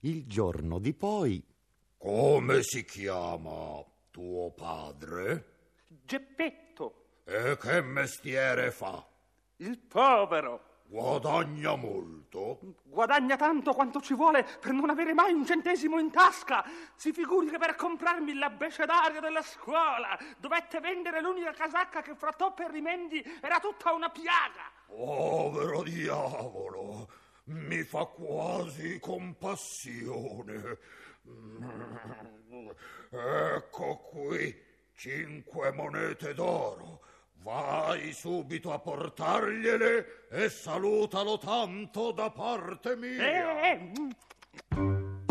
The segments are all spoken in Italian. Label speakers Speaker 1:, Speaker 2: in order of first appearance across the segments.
Speaker 1: Il giorno di poi
Speaker 2: Come si chiama tuo padre?
Speaker 3: Geppetto,
Speaker 2: E che mestiere fa?
Speaker 3: il povero,
Speaker 2: Guadagna molto?
Speaker 3: guadagna tanto quanto ci vuole per non avere mai un centesimo in tasca. Si figuri che per comprarmi l'abbecedario della scuola dovette vendere l'unica casacca che fra toppe e rimendi era tutta una piaga.
Speaker 2: Povero diavolo, mi fa quasi compassione. Ecco qui cinque monete d'oro. Vai subito a portargliele e salutalo tanto da parte mia.
Speaker 3: Eh, eh, mm.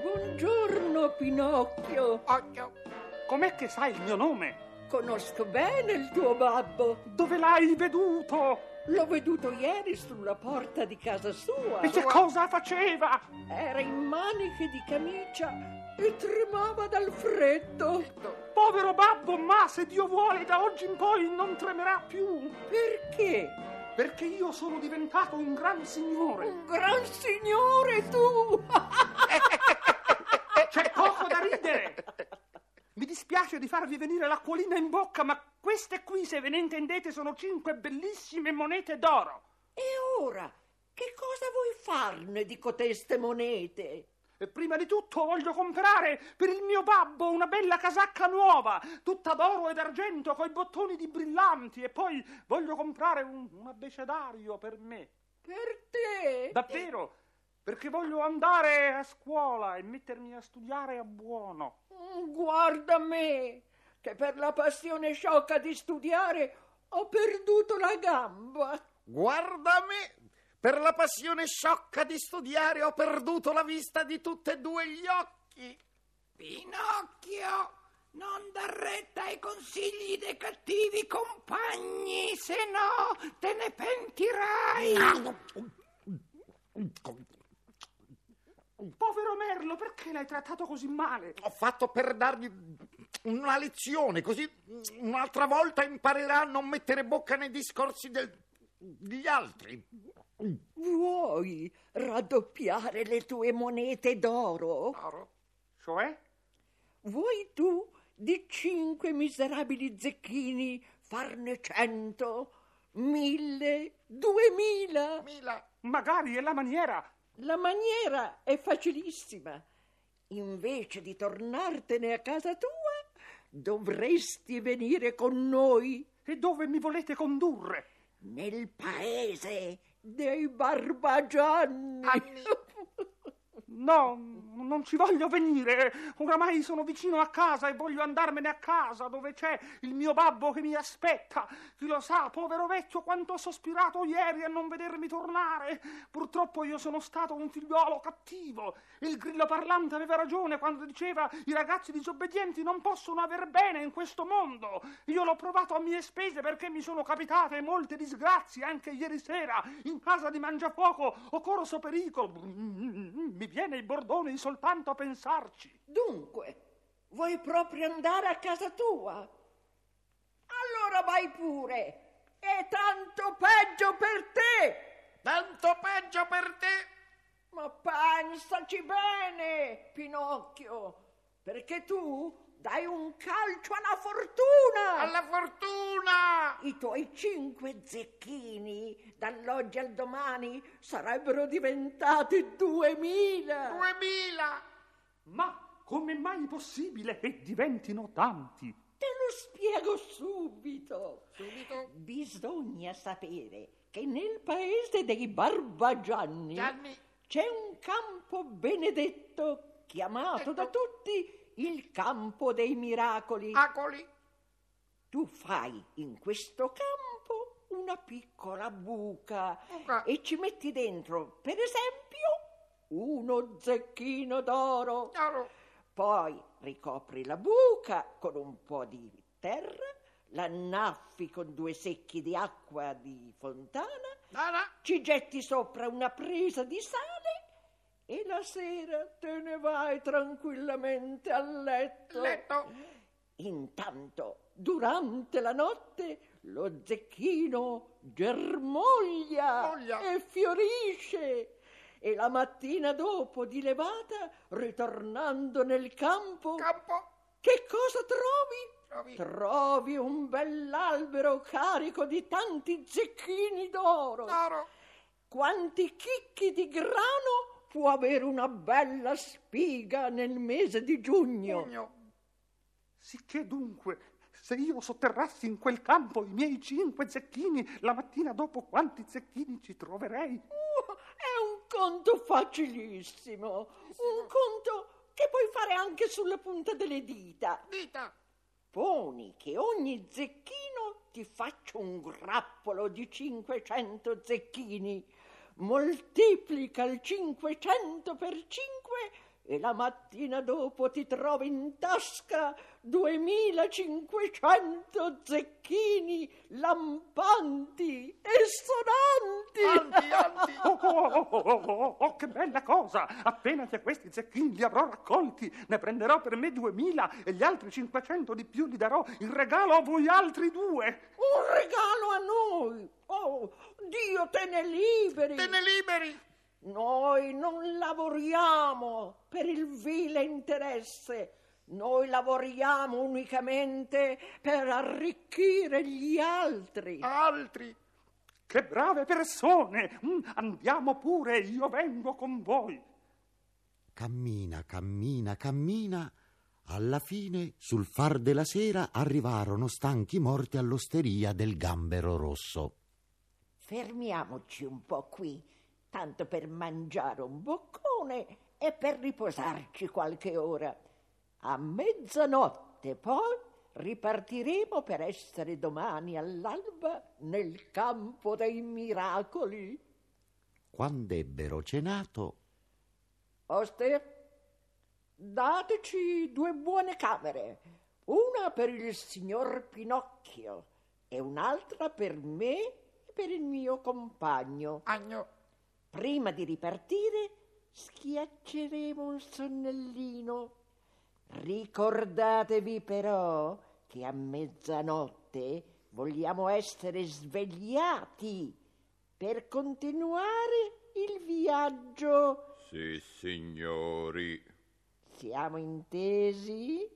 Speaker 4: Buongiorno Pinocchio,
Speaker 3: com'è che sai il mio nome?
Speaker 4: conosco bene il tuo babbo.
Speaker 3: Dove l'hai veduto?
Speaker 4: L'ho veduto ieri sulla porta di casa sua.
Speaker 3: E che cosa faceva?
Speaker 4: Era in maniche di camicia e tremava dal freddo.
Speaker 3: Povero babbo, ma se Dio vuole da oggi in poi non tremerà più,
Speaker 4: Perché?
Speaker 3: perché io sono diventato un gran signore.
Speaker 4: Un gran signore tu!
Speaker 3: Eh, C'è poco da ridere. Mi dispiace di farvi venire l'acquolina in bocca, ma queste qui, se ve ne intendete, sono cinque bellissime monete d'oro.
Speaker 4: E ora, che cosa vuoi farne di coteste monete?
Speaker 3: E prima di tutto voglio comprare per il mio babbo una bella casacca nuova, tutta d'oro ed argento, coi bottoni di brillanti, e poi voglio comprare un, un abbecedario per me.
Speaker 4: Per te?
Speaker 3: Davvero? Perché voglio andare a scuola e mettermi a studiare a buono.
Speaker 4: Mm, Guarda me, che per la passione sciocca di studiare ho perduto la gamba.
Speaker 5: Guarda me! Per la passione sciocca di studiare ho perduto la vista di tutte e due gli occhi. Pinocchio, non dar retta ai consigli dei cattivi compagni, se no te ne pentirai.
Speaker 3: Povero Merlo, perché l'hai trattato così male?
Speaker 5: Ho fatto per dargli una lezione, così un'altra volta imparerà a non mettere bocca nei discorsi del- degli altri.
Speaker 4: Vuoi raddoppiare le tue monete d'oro?
Speaker 3: Cioè?
Speaker 4: Vuoi tu di cinque miserabili zecchini farne cento, mille, duemila?
Speaker 5: Mila.
Speaker 3: Magari è la maniera.
Speaker 4: La maniera è facilissima. Invece di tornartene a casa tua, dovresti venire con noi
Speaker 3: E dove mi volete condurre?
Speaker 4: nel paese dei barbagianni.
Speaker 3: No, non ci voglio venire. Oramai sono vicino a casa e voglio andarmene a casa dove c'è il mio babbo che mi aspetta. Chi lo sa, povero vecchio, quanto ho sospirato ieri a non vedermi tornare. Purtroppo io sono stato un figliuolo cattivo. Il grillo parlante aveva ragione quando diceva i ragazzi disobbedienti non possono aver bene in questo mondo. Io l'ho provato a mie spese perché mi sono capitate molte disgrazie anche ieri sera in casa di Mangiafuoco ho corso pericolo. Mi viene il bordone soltanto a pensarci.
Speaker 4: Dunque, vuoi proprio andare a casa tua? Allora vai pure. È tanto peggio per te.
Speaker 5: Tanto peggio per te.
Speaker 4: Ma pensaci bene, Pinocchio, perché tu dai un calcio alla fortuna.
Speaker 5: Alla fortuna!
Speaker 4: I tuoi cinque zecchini dall'oggi al domani sarebbero diventati duemila.
Speaker 5: 2000!
Speaker 3: Ma come mai possibile che diventino tanti?
Speaker 4: Te lo spiego subito. Bisogna sapere che nel paese dei Barbagianni
Speaker 5: Gianni.
Speaker 4: c'è un campo benedetto chiamato da
Speaker 5: Ecco.
Speaker 4: tutti il campo dei miracoli.
Speaker 5: Acoli!
Speaker 4: Tu fai in questo campo una piccola buca
Speaker 5: Buca.
Speaker 4: e ci metti dentro, per esempio, uno zecchino d'oro.
Speaker 5: Oro!
Speaker 4: Poi ricopri la buca con un po' di terra, la annaffi con due secchi di acqua di fontana,
Speaker 5: Dana!
Speaker 4: ci getti sopra una presa di sale e la sera te ne vai tranquillamente a letto.
Speaker 5: Letto!
Speaker 4: Intanto, durante la notte, lo zecchino germoglia
Speaker 5: Germoglia.
Speaker 4: e fiorisce. E la mattina dopo, di levata, ritornando nel campo,
Speaker 5: Campo,
Speaker 4: che cosa trovi?
Speaker 5: trovi.
Speaker 4: Trovi un bell'albero carico di tanti zecchini d'oro.
Speaker 5: D'oro.
Speaker 4: Quanti chicchi di grano può avere una bella spiga nel mese di giugno?
Speaker 5: Pugno.
Speaker 3: Sicché dunque, se io sotterrassi in quel campo i miei cinque zecchini, la mattina dopo quanti zecchini ci troverei?
Speaker 4: Uh, è un conto facilissimo, un conto che puoi fare anche sulla punta delle dita.
Speaker 5: Dita.
Speaker 4: Poni che ogni zecchino ti faccia un grappolo di 500 zecchini. Moltiplica il 500 per 5 e la mattina dopo ti trovi in tasca 2500 zecchini lampanti e sonanti.
Speaker 5: Anti, anti.
Speaker 3: Oh, oh, oh, oh, oh, oh, oh, che bella cosa! Appena che questi zecchini li avrò raccolti, ne prenderò per me duemila e gli altri 500 di più li darò in regalo a voi altri due.
Speaker 4: Un regalo a noi! Oh, Dio te ne liberi!
Speaker 5: Te ne liberi.
Speaker 4: Noi non lavoriamo per il vile interesse, noi lavoriamo unicamente per arricchire gli altri.
Speaker 5: Altri.
Speaker 3: Che brave persone! Mm, Andiamo pure, io vengo con voi.
Speaker 1: Cammina, cammina, cammina. Alla fine, sul far della sera, arrivarono stanchi morti all'osteria del Gambero Rosso.
Speaker 6: Fermiamoci un po' qui, tanto per mangiare un boccone e per riposarci qualche ora. A mezzanotte poi ripartiremo per essere domani all'alba nel campo dei miracoli.
Speaker 1: Quando ebbero cenato,
Speaker 4: Oste, dateci due buone camere, una per il signor Pinocchio e un'altra per me e per il mio compagno.
Speaker 5: Agno.
Speaker 6: Prima di ripartire schiacceremo un sonnellino. Ricordatevi però che a mezzanotte vogliamo essere svegliati per continuare il viaggio.
Speaker 2: Sì, signori.
Speaker 6: Siamo intesi?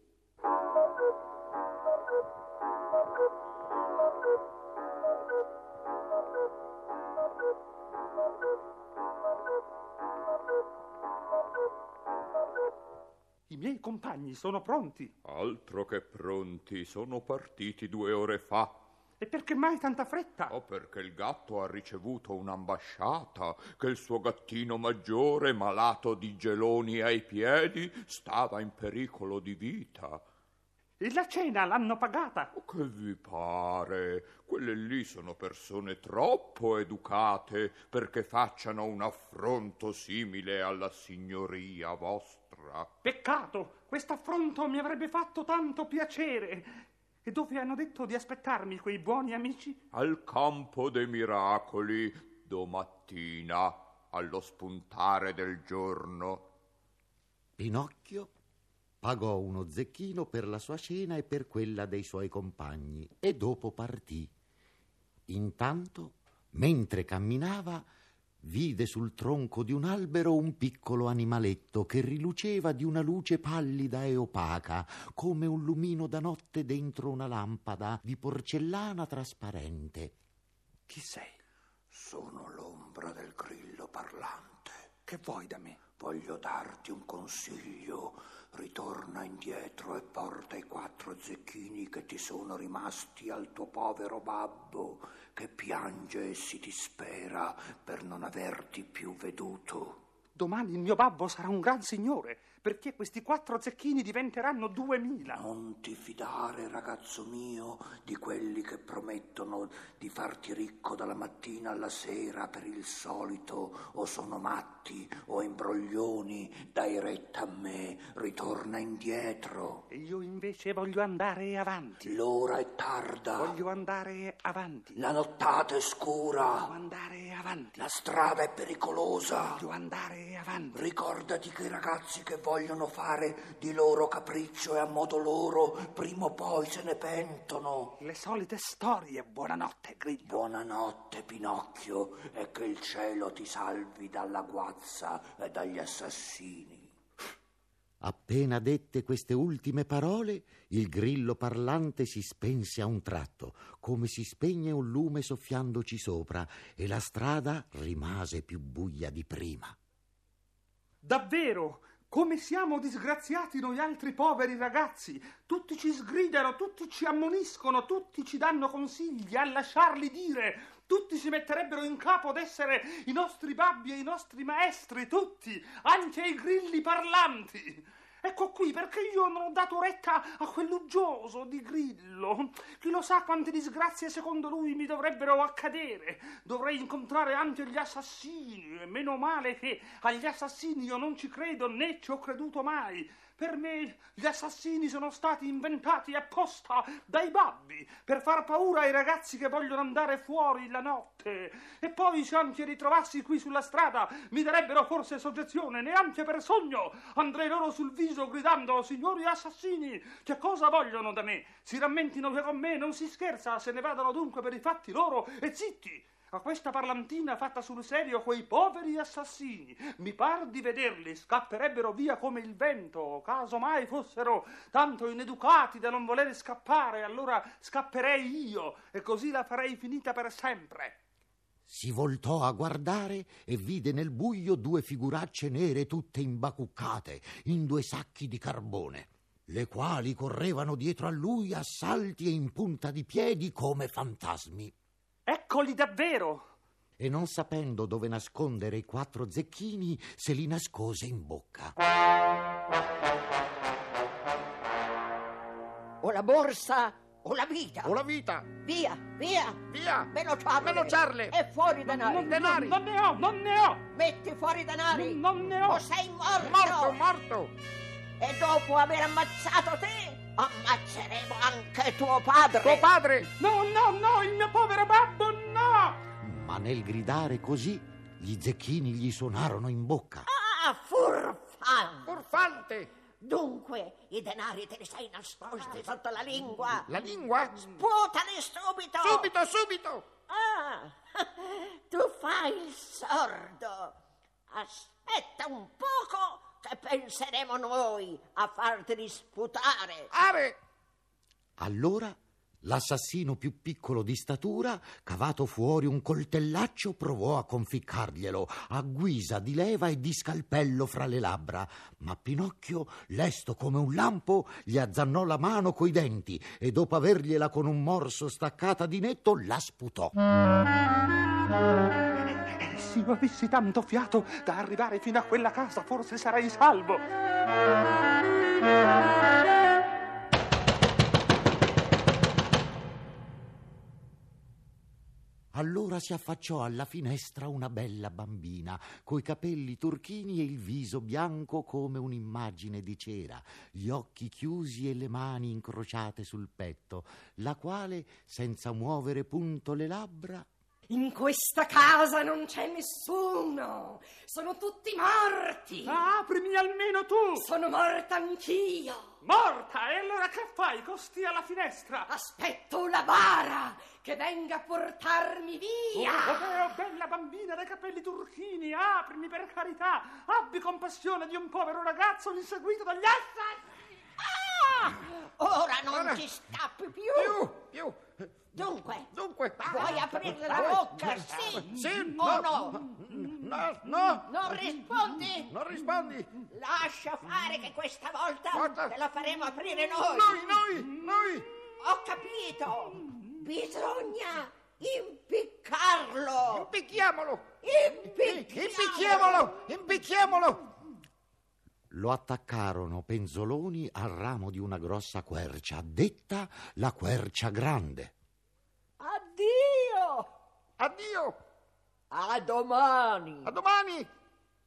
Speaker 3: I miei compagni sono pronti.
Speaker 2: Altro che pronti, sono partiti due ore fa.
Speaker 3: E perché mai tanta fretta?
Speaker 7: Oh.
Speaker 2: O perché il gatto ha ricevuto un'ambasciata, che il suo gattino maggiore, malato di geloni ai piedi, stava in pericolo di vita.
Speaker 3: E la cena l'hanno pagata?
Speaker 2: Oh, Che vi pare? Quelle lì sono persone troppo educate perché facciano un affronto simile alla signoria vostra.
Speaker 3: Peccato, questo affronto mi avrebbe fatto tanto piacere. E dove hanno detto di aspettarmi quei buoni amici?
Speaker 2: Al campo dei miracoli, domattina, allo spuntare del giorno.
Speaker 1: Pinocchio pagò uno zecchino per la sua cena e per quella dei suoi compagni e dopo partì. Intanto, mentre camminava, vide sul tronco di un albero un piccolo animaletto che riluceva di una luce pallida e opaca, come un lumino da notte dentro una lampada di porcellana trasparente.
Speaker 3: Chi sei?
Speaker 7: Sono l'ombra del grillo parlante. Che vuoi da me? Voglio darti un consiglio. Ritorna indietro e porta i quattro zecchini che ti sono rimasti al tuo povero babbo, che piange e si dispera per non averti più veduto.
Speaker 3: Domani il mio babbo sarà un gran signore, perché questi quattro zecchini diventeranno duemila.
Speaker 7: Non ti fidare, ragazzo mio, di quelli che promettono di farti ricco dalla mattina alla sera per il solito, o sono matti o imbroglioni, dai retta a me, ritorna indietro.
Speaker 3: E io invece voglio andare avanti.
Speaker 7: L'ora è tarda,
Speaker 3: Voglio andare avanti.
Speaker 7: la nottata è
Speaker 3: Voglio
Speaker 7: scura,
Speaker 3: andare avanti.
Speaker 7: la strada è pericolosa.
Speaker 3: Voglio andare avanti.
Speaker 7: Ricordati che i ragazzi che vogliono fare di loro capriccio e a modo loro, prima o poi se ne pentono.
Speaker 3: Le solite storie, buonanotte, Grillo.
Speaker 7: Buonanotte, Pinocchio, e che il cielo ti salvi dalla guazza e dagli assassini.
Speaker 1: Appena dette queste ultime parole, il grillo parlante si spense a un tratto, come si spegne un lume soffiandoci sopra, e la strada rimase più buia di prima.
Speaker 3: Davvero, come siamo disgraziati noi altri poveri ragazzi. Tutti ci sgridano, tutti ci ammoniscono, tutti ci danno consigli a lasciarli dire. Tutti si metterebbero in capo d'essere i nostri babbi e i nostri maestri, tutti, anche i grilli parlanti. Ecco qui perché io non ho dato retta a quell'uggioso di Grillo. Chi lo sa quante disgrazie secondo lui mi dovrebbero accadere. Dovrei incontrare anche gli assassini e meno male che agli assassini io non ci credo né ci ho creduto mai. Per me gli assassini sono stati inventati apposta dai babbi per far paura ai ragazzi che vogliono andare fuori la notte. E poi se anche ritrovassi qui sulla strada mi darebbero forse soggezione, neanche per sogno. Andrei loro sul viso gridando signori assassini, che cosa vogliono da me? Si rammentino che con me non si scherza, se ne vadano dunque per i fatti loro e zitti. A questa parlantina fatta sul serio quei poveri assassini, mi par di vederli, scapperebbero via come il vento, caso mai fossero tanto ineducati da non volere scappare, allora scapperei io e così la farei finita per sempre.
Speaker 1: Si voltò a guardare e vide nel buio due figuracce nere tutte imbacuccate in due sacchi di carbone, le quali correvano dietro a lui a salti e in punta di piedi come fantasmi.
Speaker 3: Eccoli davvero!
Speaker 1: E non sapendo dove nascondere i quattro zecchini, se li nascose in bocca.
Speaker 4: O la borsa o la vita.
Speaker 8: O la vita,
Speaker 4: Via, via.
Speaker 8: via!
Speaker 4: Meno ciarle.
Speaker 8: Meno ciarle.
Speaker 4: E fuori i denari.
Speaker 3: Non,
Speaker 8: denari.
Speaker 3: non ne ho, non ne ho!
Speaker 4: Metti fuori i denari.
Speaker 3: Non ne ho!
Speaker 4: O sei morto.
Speaker 8: Morto, morto!
Speaker 4: E dopo aver ammazzato te, ammazzeremo anche tuo padre.
Speaker 8: Tuo padre!
Speaker 3: No, no, no, il mio povero babbo, no!
Speaker 1: Ma nel gridare così, gli zecchini gli suonarono in bocca.
Speaker 4: Ah, furfan.
Speaker 8: Furfante!
Speaker 4: Dunque, i denari te li sei nascosti sotto la lingua.
Speaker 8: La lingua?
Speaker 4: Sputali subito.
Speaker 8: Subito, subito!
Speaker 4: Ah, tu fai il sordo. Aspetta un poco che penseremo noi a farti sputare.
Speaker 8: Are!
Speaker 1: Allora l'assassino più piccolo di statura, cavato fuori un coltellaccio, provò a conficcarglielo a guisa di leva e di scalpello fra le labbra. Ma Pinocchio, lesto come un lampo, gli azzannò la mano coi denti e dopo avergliela con un morso staccata di netto, la sputò.
Speaker 3: E se io avessi tanto fiato da arrivare fino a quella casa, forse sarei salvo.
Speaker 1: Allora si affacciò alla finestra una bella bambina, coi capelli turchini e il viso bianco come un'immagine di cera, gli occhi chiusi e le mani incrociate sul petto, la quale, senza muovere punto le labbra,
Speaker 9: In questa casa non c'è nessuno. Sono tutti morti.
Speaker 8: Ah!
Speaker 3: Aprimi almeno tu!
Speaker 9: Sono morta anch'io.
Speaker 3: Morta! E allora che fai? Costi alla finestra!
Speaker 9: Aspetto la bara che venga a portarmi via.
Speaker 3: Oh, oh, bella bambina dai capelli turchini, aprimi per carità! Abbi compassione di un povero ragazzo inseguito dagli assassini!
Speaker 4: Ah! Ora non ci scappi più.
Speaker 8: Più, più!
Speaker 4: Dunque,
Speaker 8: Dunque,
Speaker 4: vuoi aprirle la
Speaker 8: Vuoi? eh,
Speaker 4: bocca? Sì.
Speaker 8: Sì,
Speaker 4: o
Speaker 8: no,
Speaker 4: no?
Speaker 8: no, no,
Speaker 4: Non rispondi?
Speaker 8: non rispondi!
Speaker 4: Lascia fare che questa volta
Speaker 8: Guarda.
Speaker 4: te la faremo aprire noi.
Speaker 8: Noi, noi, noi!
Speaker 4: Ho capito. Bisogna impiccarlo.
Speaker 8: Impicchiamolo!
Speaker 4: Impicchiamolo.
Speaker 8: Impicchiamolo! Impicchiamolo!
Speaker 1: lo attaccarono penzoloni al ramo di una grossa quercia, detta la quercia grande.
Speaker 4: Addio.
Speaker 8: Addio!
Speaker 4: A domani.
Speaker 8: A domani!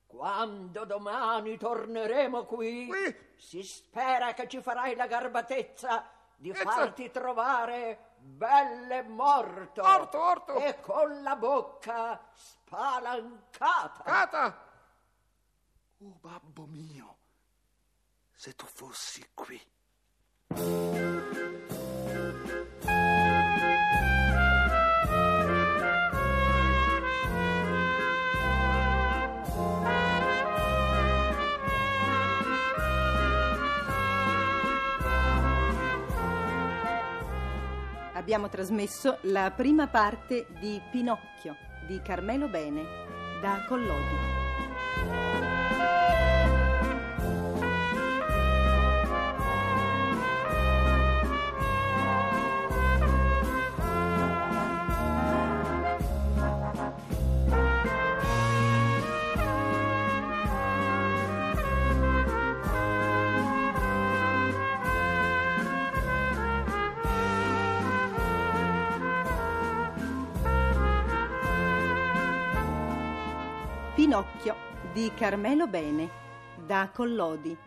Speaker 4: Quando domani torneremo qui,
Speaker 8: Qui.
Speaker 4: si spera che ci farai la garbatezza di
Speaker 8: Ezza.
Speaker 4: farti trovare belle morto.
Speaker 8: Morto, morto.
Speaker 4: E con la bocca spalancata.
Speaker 8: Cata!
Speaker 3: Oh, babbo mio, se tu fossi qui.
Speaker 4: Abbiamo trasmesso la prima parte di Pinocchio di Carmelo Bene da Collodi. Pinocchio di Carmelo Bene da Collodi.